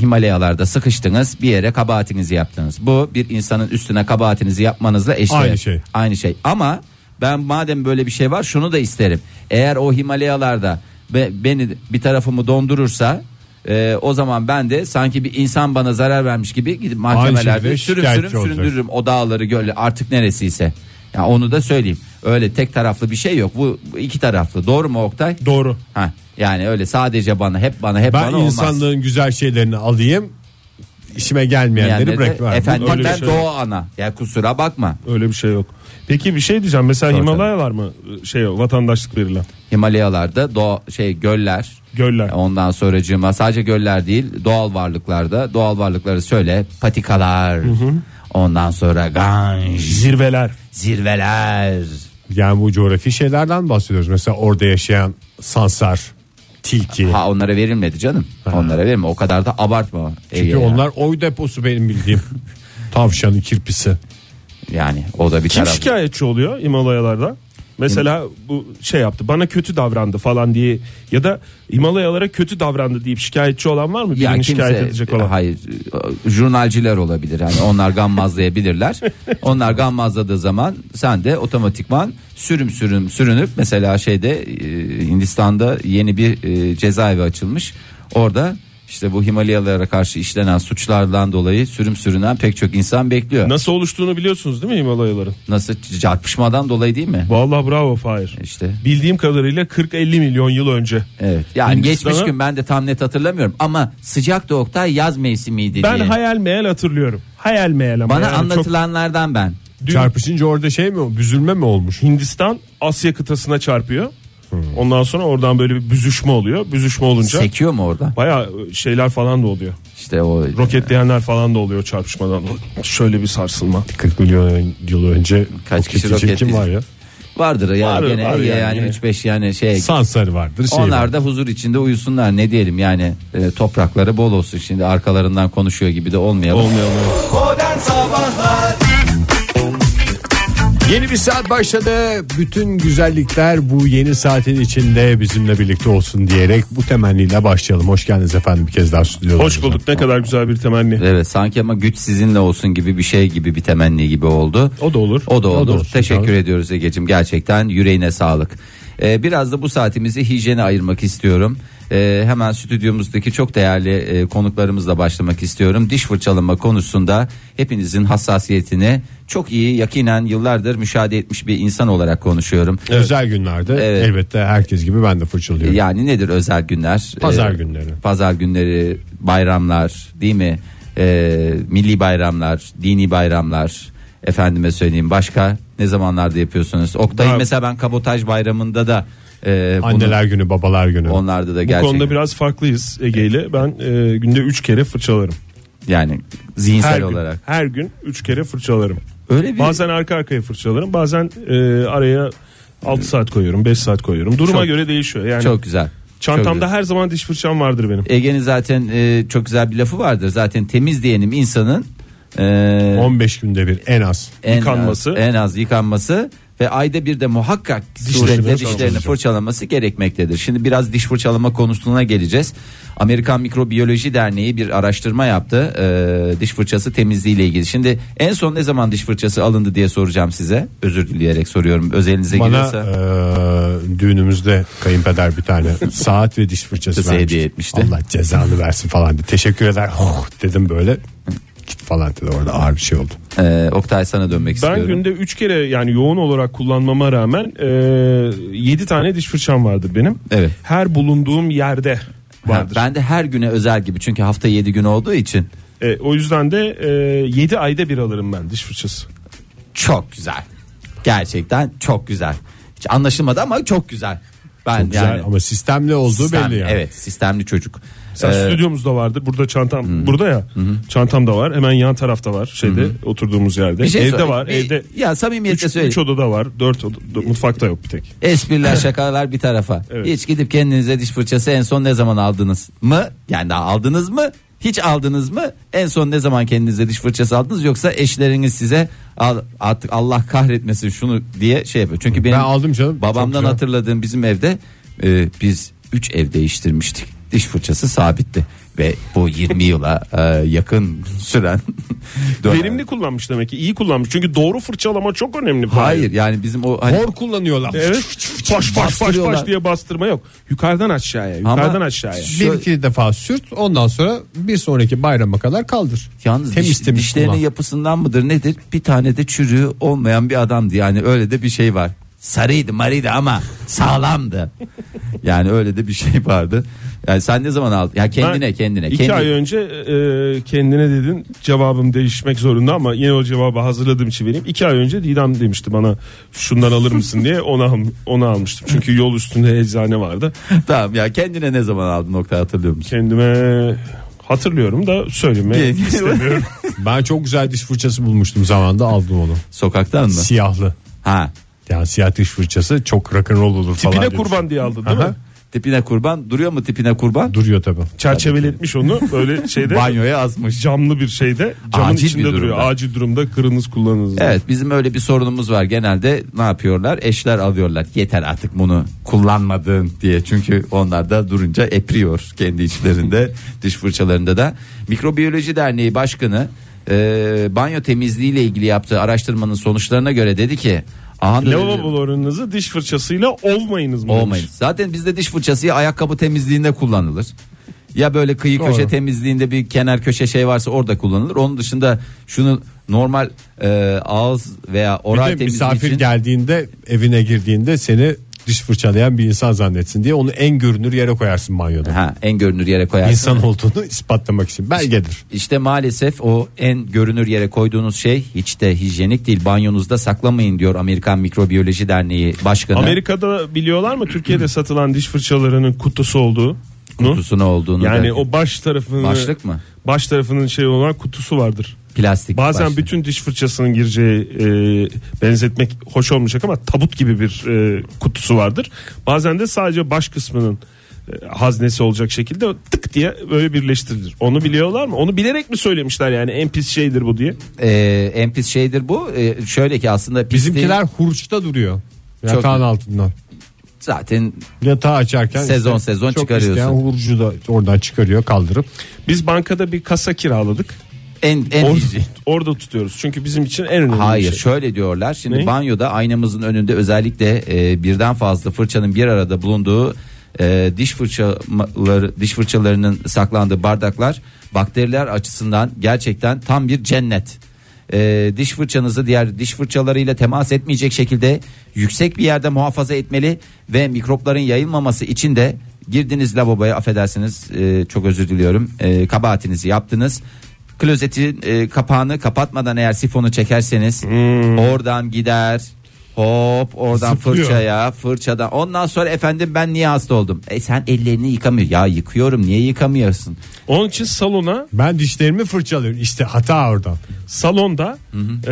Speaker 5: Himalayalarda sıkıştınız bir yere kabahatinizi yaptınız. Bu bir insanın üstüne kabahatinizi yapmanızla eşdeğer.
Speaker 3: Aynı şey.
Speaker 5: Aynı şey ama ben madem böyle bir şey var şunu da isterim. Eğer o Himalayalarda be- beni bir tarafımı dondurursa e, o zaman ben de sanki bir insan bana zarar vermiş gibi gidip mahkemelerde
Speaker 3: şekilde
Speaker 5: sürüm sürüm
Speaker 3: şikayetçi olacak.
Speaker 5: süründürürüm o dağları göle artık neresiyse. Ya onu da söyleyeyim. Öyle tek taraflı bir şey yok. Bu bu iki taraflı. Doğru mu Oktay?
Speaker 4: Doğru.
Speaker 5: Ha, yani öyle sadece bana hep bana hep
Speaker 3: Ben
Speaker 5: bana olmaz.
Speaker 3: insanlığın güzel şeylerini alayım. işime gelmeyenleri
Speaker 5: Yani de,
Speaker 3: bırakmam.
Speaker 4: Öyle bir
Speaker 5: efendimden
Speaker 4: şey yok.
Speaker 5: doğu ana. Ya kusura bakma.
Speaker 4: Öyle bir şey yok. Peki bir şey diyeceğim. Mesela
Speaker 5: Tabii,
Speaker 4: Himalayalar mı e, şey o, vatandaşlık verilen?
Speaker 5: Himalayalarda doğ şey göller.
Speaker 4: Göller.
Speaker 5: Ondan sonracığıma sadece göller değil doğal varlıklarda doğal varlıkları söyle patikalar. Ondan sonra ganj,
Speaker 4: Zirveler.
Speaker 5: zirveler.
Speaker 3: Yani bu coğrafi şeylerden bahsediyoruz. Mesela orada yaşayan sansar, tilki.
Speaker 5: Ha onlara verilmedi canım. Onlara verilme. O kadar da abartma. Ee, Ege
Speaker 3: Çünkü
Speaker 5: ya.
Speaker 3: onlar oy deposu benim
Speaker 5: (laughs)
Speaker 3: bildiğim. Tavşanı, kirpisi.
Speaker 5: yani o da bir
Speaker 4: Kim
Speaker 5: taraf.
Speaker 4: şikayetçi oluyor Himalayalarda? Mesela bu şey yaptı bana kötü davrandı falan diye ya da Himalayalara kötü davrandı deyip şikayetçi olan var mı? Birini
Speaker 5: Ya
Speaker 4: şikayet
Speaker 5: kimse
Speaker 4: edecek olan.
Speaker 5: hayır jurnalciler olabilir yani
Speaker 4: (laughs)
Speaker 5: onlar gammazlayabilirler. onlar gammazladığı zaman sen de otomatikman sürüm sürüm sürünüp mesela şeyde e, Hindistan'da yeni bir e, cezaevi açılmış. Orada işte bu Himalayalara karşı işlenen suçlardan dolayı sürüm sürünen pek çok insan bekliyor.
Speaker 4: Nasıl oluştuğunu biliyorsunuz değil mi Himalayaların?
Speaker 5: Nasıl çarpışmadan dolayı değil mi?
Speaker 4: Vallahi bravo Fahir.
Speaker 5: İşte
Speaker 4: Bildiğim kadarıyla 40-50 milyon yıl önce.
Speaker 5: evet. Yani
Speaker 4: Hindistan'a-
Speaker 5: geçmiş gün ben de tam net hatırlamıyorum ama sıcak Oktay yaz mevsimiydi
Speaker 4: Ben
Speaker 5: diye.
Speaker 4: hayal meyal hatırlıyorum. Hayal meyal ama.
Speaker 5: Bana
Speaker 4: yani çok
Speaker 5: anlatılanlardan ben.
Speaker 4: Dün-
Speaker 3: Çarpışınca orada şey mi büzülme mi olmuş?
Speaker 4: Hindistan Asya kıtasına çarpıyor.
Speaker 5: Hmm.
Speaker 4: Ondan sonra oradan böyle bir büzüşme oluyor. Büzüşme olunca
Speaker 5: Sekiyor mu orada?
Speaker 4: baya şeyler falan da oluyor.
Speaker 5: İşte o
Speaker 4: Roketleyenler falan da oluyor çarpışmadan. Şöyle bir sarsılma.
Speaker 3: 40 milyon yıl önce
Speaker 5: Kaç
Speaker 3: o
Speaker 5: kişi
Speaker 3: kirpi
Speaker 5: roket
Speaker 3: çirkin var ya?
Speaker 5: vardır ya
Speaker 4: Var,
Speaker 5: gene
Speaker 4: var
Speaker 5: ya
Speaker 4: yani
Speaker 5: yani
Speaker 4: yine.
Speaker 5: 3 5 yani şey
Speaker 3: Sansarı vardır. Şey
Speaker 5: onlar
Speaker 3: vardır.
Speaker 5: da huzur içinde uyusunlar ne diyelim yani e, toprakları bol olsun şimdi arkalarından konuşuyor gibi de olmayalım.
Speaker 2: Modern Sabahlar
Speaker 3: Yeni bir saat başladı. Bütün güzellikler bu yeni saatin içinde bizimle birlikte olsun diyerek bu temenniyle başlayalım. Hoş geldiniz efendim bir kez daha stüdyoda.
Speaker 4: Hoş bulduk ne kadar güzel bir temenni.
Speaker 5: Evet sanki ama güç sizinle olsun gibi bir şey gibi bir temenni gibi oldu.
Speaker 4: O da olur.
Speaker 5: O da olur.
Speaker 3: olsun,
Speaker 5: Teşekkür
Speaker 3: tabii.
Speaker 5: ediyoruz Ege'cim gerçekten yüreğine sağlık. Ee, biraz da bu saatimizi hijyene ayırmak istiyorum. Ee, hemen stüdyomuzdaki çok değerli e, konuklarımızla başlamak istiyorum. Diş fırçalama konusunda hepinizin hassasiyetini çok iyi yakinen yıllardır müşahede etmiş bir insan olarak konuşuyorum.
Speaker 3: Özel günlerde
Speaker 5: Evet.
Speaker 3: elbette herkes gibi ben de fırçalıyorum.
Speaker 5: Yani nedir özel günler? Ee,
Speaker 3: Pazar günleri.
Speaker 5: Pazar günleri, bayramlar, değil mi? Ee, milli bayramlar, dini bayramlar. Efendime söyleyeyim başka ne zamanlarda yapıyorsunuz? Oktay
Speaker 4: Daha-
Speaker 5: mesela ben kabotaj bayramında da e, bunu-
Speaker 3: Anneler günü, babalar günü.
Speaker 5: onlarda da
Speaker 4: Bu
Speaker 5: gerçekten
Speaker 4: konuda biraz farklıyız Ege ile. Ben e, günde 3 kere fırçalarım.
Speaker 5: yani zihinsel
Speaker 4: Her
Speaker 5: olarak.
Speaker 4: gün. Her gün 3 kere fırçalarım.
Speaker 5: Öyle bir
Speaker 4: Bazen arka arkaya fırçalarım. Bazen e, araya 6 saat koyuyorum, 5 saat koyuyorum. Duruma
Speaker 5: Çok-
Speaker 4: göre değişiyor. Yani
Speaker 5: çok güzel. Çok
Speaker 4: çantamda
Speaker 5: güzel.
Speaker 4: her zaman diş fırçam vardır benim.
Speaker 5: Ege'nin zaten e, çok güzel bir lafı vardır. Zaten temiz diyenim insanın e,
Speaker 3: 15 günde bir en az.
Speaker 5: en
Speaker 4: Yıkanması.
Speaker 5: Az, en az yıkanması ve ayda bir de muhakkak
Speaker 4: Dişlerini
Speaker 5: surette
Speaker 4: fırçalaması.
Speaker 5: dişlerini fırçalaması gerekmektedir. Şimdi biraz diş fırçalama konusuna geleceğiz. Amerikan Mikrobiyoloji Derneği bir araştırma yaptı eee, diş fırçası temizliği ile ilgili. Şimdi en son ne zaman diş fırçası alındı diye soracağım size. Özür dileyerek soruyorum özelinize
Speaker 3: Bana
Speaker 5: giriyorsa.
Speaker 3: eee, düğünümüzde kayınpeder bir tane saat ve diş fırçası
Speaker 5: Kısa
Speaker 3: vermişti.
Speaker 5: hediye etmişti.
Speaker 3: Allah cezanı versin falan diye. Teşekkür eder. Oh, dedim böyle. falan dedi orada ağır bir şey oldu.
Speaker 5: Ee, Oktay sana dönmek
Speaker 4: Ben
Speaker 5: istiyorum.
Speaker 4: günde 3 kere yani yoğun olarak kullanmama rağmen 7 tane diş fırçam vardır benim.
Speaker 5: Evet.
Speaker 4: Her bulunduğum yerde
Speaker 5: Ha,
Speaker 4: vardır.
Speaker 5: ben de her güne özel gibi çünkü hafta 7 gün olduğu için
Speaker 4: E, o yüzden de 7 ayda bir alırım ben diş fırçası.
Speaker 5: çok güzel. Gerçekten çok güzel. Hiç anlaşılmadı ama çok güzel. Ben
Speaker 3: Güzel
Speaker 5: yani
Speaker 3: ama sistemli olduğu
Speaker 5: sistem-
Speaker 3: belli yani.
Speaker 5: Evet, sistemli çocuk.
Speaker 4: Sen
Speaker 5: Ee,
Speaker 4: stüdyomuzda vardır. Burada çantam burada ya. Çantam da var. Hemen yan tarafta var. Şeyde oturduğumuz yerde.
Speaker 5: bir şey
Speaker 4: evde
Speaker 5: söyle-
Speaker 4: var.
Speaker 5: bir- şey
Speaker 4: evde
Speaker 5: Ya samimiyetle
Speaker 4: 3
Speaker 5: söyle.
Speaker 4: odada var. 4 oda, mutfakta yok bir tek.
Speaker 5: Espriler şakalar bir tarafa.
Speaker 4: Evet.
Speaker 5: Hiç gidip kendinize diş fırçası en son ne zaman aldınız mı? Yani daha aldınız mı? Hiç aldınız mı? En son ne zaman kendinize diş fırçası aldınız yoksa eşleriniz size "Al- artık Allah kahretmesin şunu diye şey yapıyor. Çünkü benim
Speaker 3: Ben aldım canım. Çok
Speaker 5: Babamdan
Speaker 3: güzel.
Speaker 5: hatırladığım bizim evde e, biz 3 ev değiştirmiştik. Diş fırçası sabitti ve bu 20 yıla e, yakın süren (laughs) dönem.
Speaker 4: Verimli kullanmış demek ki. iyi kullanmış. Çünkü doğru fırçalama çok önemli.
Speaker 5: Hayır yani bizim o hani-
Speaker 3: Hor kullanıyorlar.
Speaker 4: Evet. Baş baş baş
Speaker 5: Bastırıyorlar.
Speaker 4: baş diye bastırma yok. Yukarıdan aşağıya,
Speaker 5: Ama-
Speaker 4: yukarıdan aşağıya.
Speaker 3: Bir iki defa sürt ondan sonra bir sonraki bayrama kadar kaldır.
Speaker 5: Yalnız diş- dişlerinin
Speaker 3: kullan.
Speaker 5: yapısından mıdır nedir? Bir tane de çürüğü olmayan bir adamdı. Yani öyle de bir şey var. Sarıydı marıydı ama
Speaker 4: (laughs)
Speaker 5: sağlamdı. yani öyle de bir şey vardı. Yani sen ne zaman aldın? Ya kendine
Speaker 4: Ben
Speaker 5: kendine.
Speaker 4: İki
Speaker 5: kendi-
Speaker 4: ay önce e, kendine dedin cevabım değişmek zorunda ama yine o cevabı hazırladığım için vereyim. İki ay önce Didem demişti bana şundan alır mısın diye ona al- onu almıştım. Çünkü yol üstünde eczane vardı.
Speaker 5: (laughs) Tamam ya kendine ne zaman aldın nokta hatırlıyor musun?
Speaker 4: Kendime hatırlıyorum da söylemeye
Speaker 5: Kendine-
Speaker 4: istemiyorum.
Speaker 3: Ben çok güzel diş fırçası bulmuştum zamanında aldım onu.
Speaker 5: (laughs)
Speaker 4: (laughs)
Speaker 5: Sokaktan mı?
Speaker 3: Siyahlı.
Speaker 5: Ha.
Speaker 3: Yani siyah diş fırçası çok rock'n'roll olur falan.
Speaker 4: Tipine
Speaker 3: demiş.
Speaker 4: kurban diye aldın değil
Speaker 3: Aha.
Speaker 4: mi?
Speaker 5: Tipine kurban duruyor mu tipine kurban?
Speaker 3: Duruyor tabii.
Speaker 4: Çerçeveletmiş onu böyle
Speaker 5: (laughs)
Speaker 4: şeyde
Speaker 5: Banyoya asmış.
Speaker 4: camlı bir şeyde camın
Speaker 5: Acil bir
Speaker 4: içinde duruyor.
Speaker 5: durumda.
Speaker 4: Acil durumda kırınız kullanınız.
Speaker 5: Evet bizim öyle bir sorunumuz var genelde ne yapıyorlar eşler alıyorlar yeter artık bunu kullanmadın diye çünkü onlar da durunca epriyor kendi içlerinde diş fırçalarında da mikrobiyoloji derneği başkanı e, banyo temizliği ile ilgili yaptığı araştırmanın sonuçlarına göre dedi ki aha dedi,
Speaker 4: Lavabolarınızı diş fırçasıyla olmayınız mı? demiş.
Speaker 5: olmayın zaten bizde diş fırçası ya ayakkabı temizliğinde kullanılır ya böyle kıyı köşe temizliğinde bir kenar köşe şey varsa orada kullanılır onun dışında şunu normal e, ağız veya
Speaker 3: Bir de
Speaker 5: oral temizliği
Speaker 3: misafir
Speaker 5: için
Speaker 3: geldiğinde evine girdiğinde seni diş fırçalayan bir insan zannetsin diye onu en görünür yere koyarsın banyoda.
Speaker 5: Ha, en görünür yere koyarsın.
Speaker 3: İnsan olduğunu ispatlamak için. Belgedir.
Speaker 5: İşte maalesef o en görünür yere koyduğunuz şey hiç de hijyenik değil. Banyonuzda saklamayın diyor Amerikan Mikrobiyoloji Derneği Başkanı.
Speaker 4: Amerika'da biliyorlar mı Türkiye'de satılan diş fırçalarının kutusu olduğu?
Speaker 5: kutusuna olduğunu.
Speaker 4: Yani
Speaker 5: derken.
Speaker 4: o baş tarafını
Speaker 5: başlık mı?
Speaker 4: Baş tarafının şey olan kutusu vardır.
Speaker 5: Plastik.
Speaker 4: Bazen
Speaker 5: başlık.
Speaker 4: bütün diş fırçasının gireceği e, benzetmek hoş olmayacak ama tabut gibi bir e, kutusu vardır. Bazen de sadece baş kısmının e, haznesi olacak şekilde tık diye böyle birleştirilir. Onu biliyorlar mı? Onu bilerek mi söylemişler yani en pis şeydir bu diye.
Speaker 5: Ee, en pis şeydir bu. Ee, şöyle ki aslında pisliği
Speaker 3: Bizimkiler hurçta duruyor. Yatağın altından.
Speaker 5: zaten
Speaker 3: Yatağı açarken
Speaker 5: Sezon sezon
Speaker 3: çok
Speaker 5: çıkarıyorsun.
Speaker 3: isteyen hurcu da oradan çıkarıyor kaldırıp.
Speaker 4: Biz bankada bir kasa kiraladık.
Speaker 5: en en
Speaker 4: Orada,
Speaker 5: hijyenik.
Speaker 4: orada tutuyoruz. Çünkü bizim için en önemli
Speaker 5: Hayır
Speaker 4: şey.
Speaker 5: şöyle diyorlar şimdi
Speaker 4: Ne?
Speaker 5: banyoda aynamızın önünde özellikle e, birden fazla fırçanın bir arada bulunduğu e, diş fırçaları diş fırçalarının saklandığı bardaklar bakteriler açısından gerçekten tam bir cennet. E, diş fırçanızı diğer diş fırçalarıyla temas etmeyecek şekilde yüksek bir yerde muhafaza etmeli ve mikropların yayılmaması için de girdiniz lavaboya affedersiniz e, çok özür diliyorum e, kabahatinizi yaptınız klozetin e, kapağını kapatmadan eğer sifonu çekerseniz
Speaker 4: Hmm.
Speaker 5: oradan gider. Hop oradan
Speaker 3: Zıplıyor.
Speaker 5: fırçaya fırçadan ondan sonra efendim ben niye hasta oldum? E sen ellerini yıkamıyor. Ya yıkıyorum niye yıkamıyorsun?
Speaker 4: Onun için salona
Speaker 3: Ben dişlerimi fırçalıyorum. İşte hata oradan.
Speaker 4: salonda e,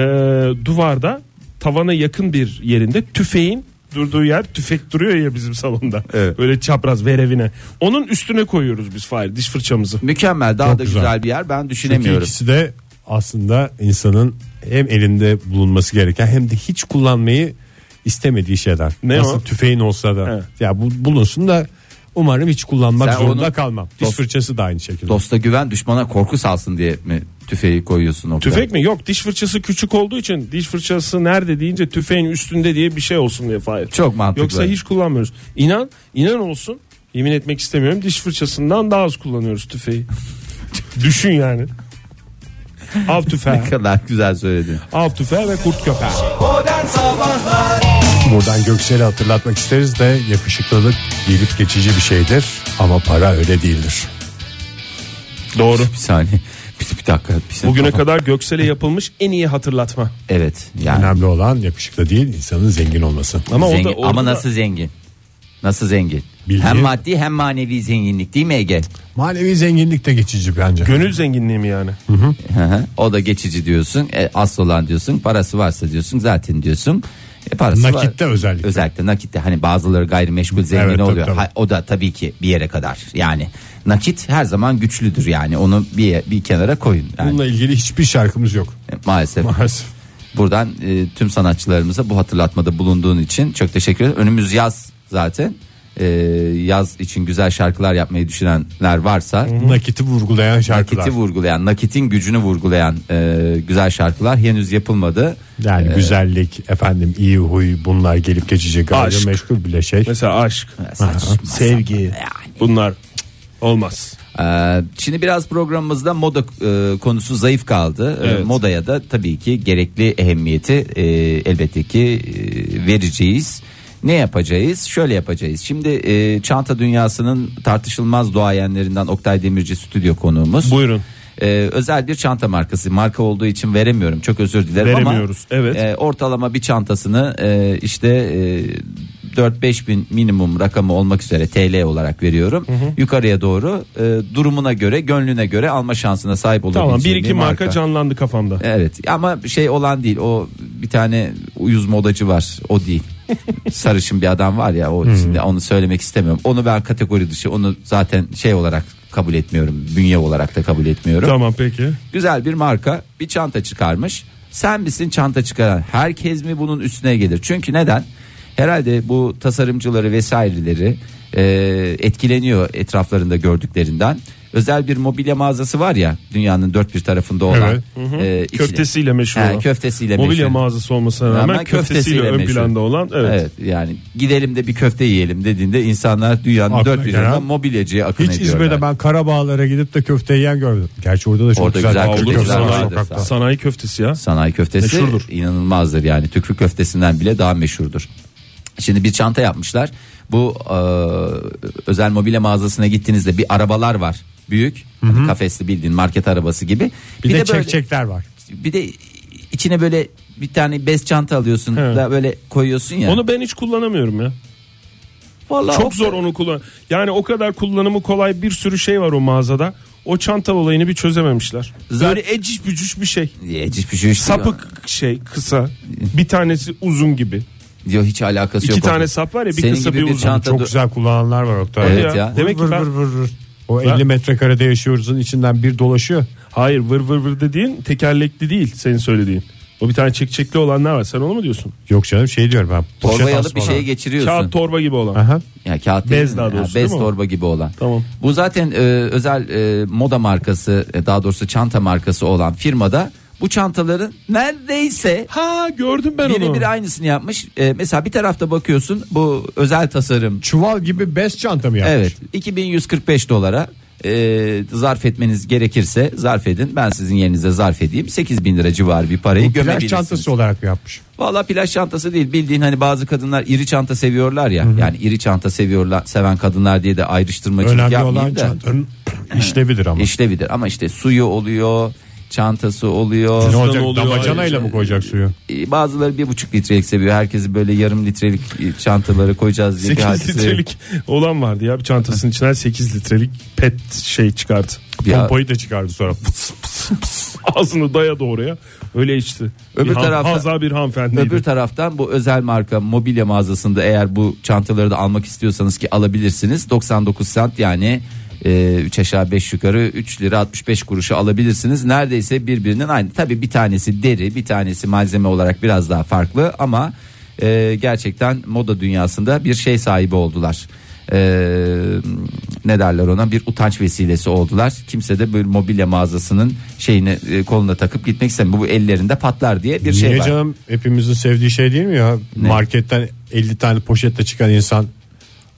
Speaker 4: duvarda tavana yakın bir yerinde tüfeğin durduğu yer tüfek duruyor ya bizim salonda.
Speaker 5: Evet.
Speaker 4: Böyle çapraz verevine. Onun üstüne koyuyoruz biz fare diş fırçamızı.
Speaker 5: Mükemmel daha
Speaker 3: Çok
Speaker 5: da güzel.
Speaker 3: güzel.
Speaker 5: bir yer ben
Speaker 3: Çünkü
Speaker 5: düşünemiyorum.
Speaker 3: ikisi de aslında insanın hem elinde bulunması gereken hem de hiç kullanmayı istemediği şeyler.
Speaker 4: Ne
Speaker 3: Nasıl
Speaker 4: o?
Speaker 3: tüfeğin olsa da.
Speaker 4: Evet.
Speaker 3: Ya bu bulunsun da umarım hiç kullanmak
Speaker 5: Sen
Speaker 3: zorunda
Speaker 5: onu-
Speaker 3: kalmam. Diş
Speaker 5: Dost-
Speaker 3: fırçası da aynı şekilde.
Speaker 5: Dosta güven düşmana korku salsın diye mi tüfeği koyuyorsun o
Speaker 4: Tüfek mi? Yok diş fırçası küçük olduğu için diş fırçası nerede deyince tüfeğin üstünde diye bir şey olsun diye fare.
Speaker 5: Çok mantıklı.
Speaker 4: Yoksa hiç kullanmıyoruz. İnan, inan olsun. Yemin etmek
Speaker 5: (laughs)
Speaker 4: istemiyorum. Diş fırçasından daha az kullanıyoruz tüfeği. Düşün yani. Av
Speaker 5: Ne
Speaker 4: tüfeği,
Speaker 5: (laughs) kadar güzel söyledin.
Speaker 4: av tüfeği ve kurt köpeği.
Speaker 2: Modern Sabahlar
Speaker 3: Buradan Göksel'i hatırlatmak isteriz de yakışıklılık gelip geçici bir şeydir ama para öyle değildir.
Speaker 4: Doğru.
Speaker 5: Bir saniye. Bir, bir dakika. Bir saniye.
Speaker 4: Bugüne kadar Göksel'e yapılmış en iyi hatırlatma.
Speaker 5: Evet. Yani.
Speaker 3: Önemli olan yakışıklı değil insanın zengin olması.
Speaker 4: Ama, o da-
Speaker 5: Zengin-
Speaker 4: orada
Speaker 5: ama
Speaker 4: da-
Speaker 5: nasıl zengin? Nasıl zengin?
Speaker 3: Bilgi.
Speaker 5: Hem maddi hem manevi zenginlik değil mi Ege?
Speaker 3: Manevi zenginlik de geçici bence.
Speaker 4: Gönül zenginliği mi yani?
Speaker 5: Hı hı. o da geçici diyorsun. E, asıl olan diyorsun. Parası varsa diyorsun zaten diyorsun. E, parası var.
Speaker 3: Nakitte özellikle.
Speaker 5: Özellikle nakitte hani bazıları gayrimeşgul zengin
Speaker 3: Evet, tabii,
Speaker 5: oluyor.
Speaker 3: tabii.
Speaker 5: Ha, o da tabii ki bir yere kadar. Yani nakit her zaman güçlüdür yani. Onu bir bir kenara koyun. Yani,
Speaker 3: Bununla ilgili hiçbir şarkımız yok.
Speaker 5: maalesef.
Speaker 3: Maalesef.
Speaker 5: Buradan e, tüm sanatçılarımıza bu hatırlatmada bulunduğun için çok teşekkür ederim. Önümüz yaz zaten. E, yaz için güzel şarkılar yapmayı düşünenler varsa
Speaker 3: Nakiti vurgulayan şarkılar.
Speaker 5: nakiti vurgulayan, nakitin gücünü vurgulayan e, güzel şarkılar henüz yapılmadı.
Speaker 3: yani güzellik, efendim iyi huy bunlar gelip geçici
Speaker 4: Aşk.
Speaker 3: gayrimeşgul bile şey.
Speaker 4: Mesela aşk,
Speaker 5: Saçma
Speaker 4: sevgi. Bunlar cık, olmaz.
Speaker 5: Ee, Şimdi biraz programımızda moda e, konusu zayıf kaldı. Ee,
Speaker 4: Evet.
Speaker 5: Modaya da tabii ki gerekli ehemmiyeti e, elbette ki e, vereceğiz. Ne yapacağız? Şöyle yapacağız. Şimdi e, çanta dünyasının tartışılmaz duayenlerinden Oktay Demirci stüdyo konuğumuz.
Speaker 4: Buyurun.
Speaker 5: Ee, özel bir çanta markası marka olduğu için veremiyorum çok özür dilerim ama
Speaker 4: Veremiyoruz, evet.
Speaker 5: e, ortalama bir çantasını e, işte e, 4-5 bin minimum rakamı olmak üzere TL olarak veriyorum yukarıya doğru e, durumuna göre gönlüne göre alma şansına sahip olabileceğin
Speaker 4: Tamam bir iki marka,
Speaker 5: marka
Speaker 4: canlandı kafamda.
Speaker 5: Evet ama şey olan değil o bir tane uyuz modacı var o
Speaker 4: (laughs)
Speaker 5: değil. Sarışın bir adam var ya o şimdi onu söylemek istemiyorum. Onu ben kategori dışı onu zaten şey olarak kabul etmiyorum. Bünye olarak da kabul etmiyorum.
Speaker 4: Tamam peki.
Speaker 5: Güzel bir marka bir çanta çıkarmış. Sen misin çanta çıkaran? Herkes mi bunun üstüne gelir? Çünkü neden? Herhalde bu tasarımcıları vesaireleri e, etkileniyor etraflarında gördüklerinden. Özel bir mobilya mağazası var ya dünyanın dört bir tarafında olan. e, içine-
Speaker 4: Köftesiyle meşhur.
Speaker 5: He,
Speaker 4: olan.
Speaker 5: köftesiyle
Speaker 4: Mobilya
Speaker 5: meşhur.
Speaker 4: mağazası olmasına rağmen,
Speaker 5: Rağmen
Speaker 4: köftesiyle, ön
Speaker 5: meşhur.
Speaker 4: planda olan. Evet.
Speaker 5: Evet. yani gidelim de bir köfte yiyelim dediğinde insanlar dünyanın
Speaker 3: Aklına
Speaker 5: dört bir
Speaker 3: gelen-
Speaker 5: tarafında mobilyacıya akın
Speaker 3: Hiç
Speaker 5: ediyorlar.
Speaker 3: İzmir'de ben Karabağlar'a gidip de köfte yiyen gördüm. Gerçi orada da çok
Speaker 5: Orada
Speaker 3: güzel,
Speaker 5: güzel
Speaker 4: Aa,
Speaker 3: köfte
Speaker 4: olur mu?
Speaker 5: köfteler
Speaker 3: var
Speaker 5: vardır.
Speaker 4: sanayi,
Speaker 3: sokakta.
Speaker 4: sanayi köftesi ya.
Speaker 5: Sanayi köftesi
Speaker 4: Meşhurdur.
Speaker 5: inanılmazdır yani tükrü köftesinden bile daha meşhurdur. Şimdi bir çanta yapmışlar. Bu e, özel mobilya mağazasına gittiğinizde bir arabalar var. Büyük, hani kafesli bildiğin market arabası gibi.
Speaker 3: Bir, de,
Speaker 5: böyle-
Speaker 3: çekçekler var.
Speaker 5: bir de içine böyle bir tane bez çanta alıyorsun
Speaker 4: He.
Speaker 5: da böyle koyuyorsun ya.
Speaker 4: Onu ben hiç kullanamıyorum ya.
Speaker 5: Vallahi
Speaker 4: Çok zor onu kullan. Yani o kadar kullanımı kolay bir sürü şey var o mağazada. O çanta olayını bir çözememişler.
Speaker 5: Zaten-
Speaker 4: Böyle eciş bücüş bir şey.
Speaker 5: Hiç bir şey yok.
Speaker 4: Sapık şey kısa. Bir tanesi uzun gibi.
Speaker 5: Diyor hiç alakası
Speaker 4: İki
Speaker 5: yok.
Speaker 4: tane
Speaker 5: onun.
Speaker 4: sap var ya, bir
Speaker 5: Senin
Speaker 4: kısa,
Speaker 5: gibi
Speaker 4: bir
Speaker 5: bir
Speaker 4: uzun.
Speaker 5: çanta
Speaker 3: Çok
Speaker 5: du-
Speaker 3: güzel kullananlar var Oktay.
Speaker 5: Evet ya.
Speaker 4: Demek ki
Speaker 3: Vır
Speaker 4: ben-
Speaker 3: vır vır vır. O
Speaker 4: Ben-
Speaker 3: 50 metrekarede yaşıyoruzun içinden bir dolaşıyor.
Speaker 4: Hayır vır vır vır dediğin tekerlekli değil senin söylediğin. O bir tane çekçekli olanlar var. Sen onu mu diyorsun?
Speaker 3: Yok canım şey diyorum ben. poşet
Speaker 5: Torbayı alıp bir
Speaker 3: asmalı.
Speaker 5: şeye geçiriyorsun.
Speaker 4: Kağıt torba gibi olan.
Speaker 3: Aha.
Speaker 5: Ya kağıt
Speaker 4: Bez
Speaker 5: değil,
Speaker 4: daha
Speaker 5: ya
Speaker 4: doğrusu
Speaker 5: bez
Speaker 4: değil mi o?
Speaker 5: torba gibi olan.
Speaker 4: Tamam.
Speaker 5: Bu zaten e, özel e, moda markası e, daha doğrusu çanta markası olan firmada bu çantaların
Speaker 4: (laughs)
Speaker 5: neredeyse
Speaker 4: Ha gördüm ben onu.
Speaker 5: birebir aynısını yapmış. E, mesela bir tarafta bakıyorsun bu özel tasarım.
Speaker 3: Çuval gibi bez çanta mı yapmış?
Speaker 5: Evet 2145 dolara e, zarf etmeniz gerekirse zarf edin. Ben sizin yerinize zarf edeyim. 8000 lira civarı bir parayı
Speaker 3: Bu plaj
Speaker 5: gömebilirsiniz.
Speaker 3: çantası olarak mı yapmış?
Speaker 5: Valla plaj çantası değil bildiğin hani bazı kadınlar iri çanta seviyorlar ya. Yani iri çanta seviyorlar seven kadınlar diye de ayrıştırmacılık
Speaker 3: Önemli
Speaker 5: yapmayayım
Speaker 3: olan
Speaker 5: da.
Speaker 3: çantanın (clears throat) işlevidir ama.
Speaker 5: İşlevidir ama işte suyu oluyor çantası oluyor.
Speaker 3: ne olacak
Speaker 4: oluyor
Speaker 3: damacanayla
Speaker 4: ayrıca.
Speaker 3: mı koyacak suyu?
Speaker 5: Ee, Bazıları bir buçuk litrelik seviyor. Herkesi böyle yarım litrelik e, çantaları koyacağız diye. bir
Speaker 4: 8
Speaker 5: hadise.
Speaker 4: litrelik olan vardı ya bir çantasının içinden 8 litrelik pet şey çıkardı.
Speaker 5: Ya-
Speaker 3: Pompayı da çıkardı sonra.
Speaker 4: Ağzını daya doğruya öyle içti.
Speaker 5: Öbür
Speaker 4: bir han-
Speaker 5: tarafta-
Speaker 4: Haza bir hanımefendiydi.
Speaker 5: Öbür taraftan bu özel marka mobilya mağazasında eğer bu çantaları da almak istiyorsanız ki alabilirsiniz. 99 sent yani 3 aşağı 5 yukarı 3 lira 65 kuruşu alabilirsiniz. Neredeyse birbirinin aynı. Tabii bir tanesi deri bir tanesi malzeme olarak biraz daha farklı ama e, gerçekten moda dünyasında bir şey sahibi oldular. E, ne derler ona bir utanç vesilesi oldular. Kimse de bir mobilya mağazasının şeyini e, koluna takıp gitmek istemiyor. Bu ellerinde patlar diye bir şey
Speaker 3: Niye
Speaker 5: var.
Speaker 3: canım hepimizin sevdiği şey değil mi ya? Marketten 50 tane poşetle çıkan insan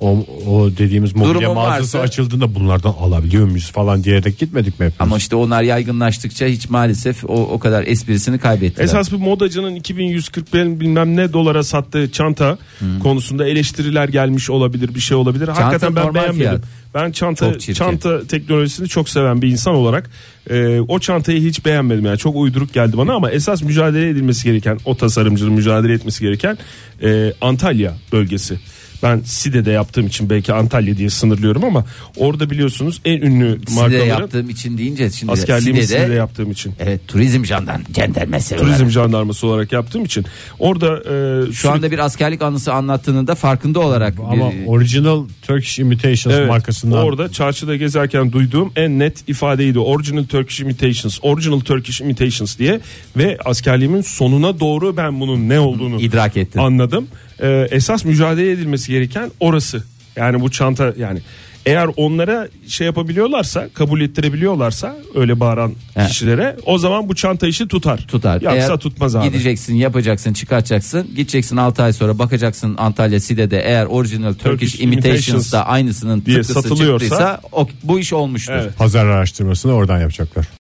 Speaker 3: O, o dediğimiz mobilya
Speaker 5: Durumun
Speaker 3: mağazası
Speaker 5: varsa-
Speaker 3: açıldığında bunlardan alabiliyor muyuz falan diyerek gitmedik mi hepimiz?
Speaker 5: Ama işte onlar yaygınlaştıkça hiç maalesef o, o kadar esprisini kaybettiler.
Speaker 4: Esas bir modacının 2141 bilmem ne dolara sattığı çanta
Speaker 5: Hmm.
Speaker 4: konusunda eleştiriler gelmiş olabilir bir şey olabilir. Hakikaten ben
Speaker 5: normal
Speaker 4: beğenmedim.
Speaker 5: fiyat.
Speaker 4: Ben çanta
Speaker 5: Çok çirkin.
Speaker 4: çanta teknolojisini çok seven bir insan olarak e, o çantayı hiç beğenmedim yani çok uyduruk geldi bana ama esas mücadele edilmesi gereken o tasarımcının mücadele etmesi gereken e, Antalya bölgesi. Ben Side'de yaptığım için belki Antalya diye sınırlıyorum ama orada biliyorsunuz en ünlü
Speaker 5: Size
Speaker 4: markaların
Speaker 5: yaptığım için deyince şimdi
Speaker 4: askerliğimi
Speaker 5: size de-
Speaker 4: Side'de yaptığım için.
Speaker 5: Evet turizm jandarm gendarmesi. olarak.
Speaker 4: turizm jandarması olarak yaptığım için orada e,
Speaker 5: Şu anda bir askerlik anısı anlattığının da farkında olarak
Speaker 3: Ama
Speaker 5: bir
Speaker 3: original Turkish Imitations
Speaker 4: Evet,
Speaker 3: markasından
Speaker 4: orada çarşıda gezerken duyduğum en net ifadeydi. Original Turkish Imitations, Original Turkish Imitations diye ve askerliğimin sonuna doğru ben bunun ne olduğunu
Speaker 5: idrak ettin.
Speaker 4: anladım. E, esas mücadele edilmesi gereken orası. Yani bu çanta yani eğer onlara şey yapabiliyorlarsa, kabul ettirebiliyorlarsa öyle bağıran
Speaker 5: He.
Speaker 4: kişilere o zaman bu çanta işi tutar.
Speaker 5: tutar.
Speaker 4: Yoksa
Speaker 5: Eğer
Speaker 4: tutmaz abi.
Speaker 5: Gideceksin yapacaksın çıkartacaksın gideceksin 6 ay sonra bakacaksın Antalya Side'de eğer orijinal Turkish,
Speaker 4: Turkish
Speaker 5: Imitations'da
Speaker 4: Imitations'da
Speaker 5: aynısının
Speaker 4: diye
Speaker 5: tıklısı
Speaker 4: satılıyorsa-
Speaker 5: çıktıysa o, bu iş olmuştur.
Speaker 4: Evet.
Speaker 3: pazar araştırmasını oradan yapacaklar.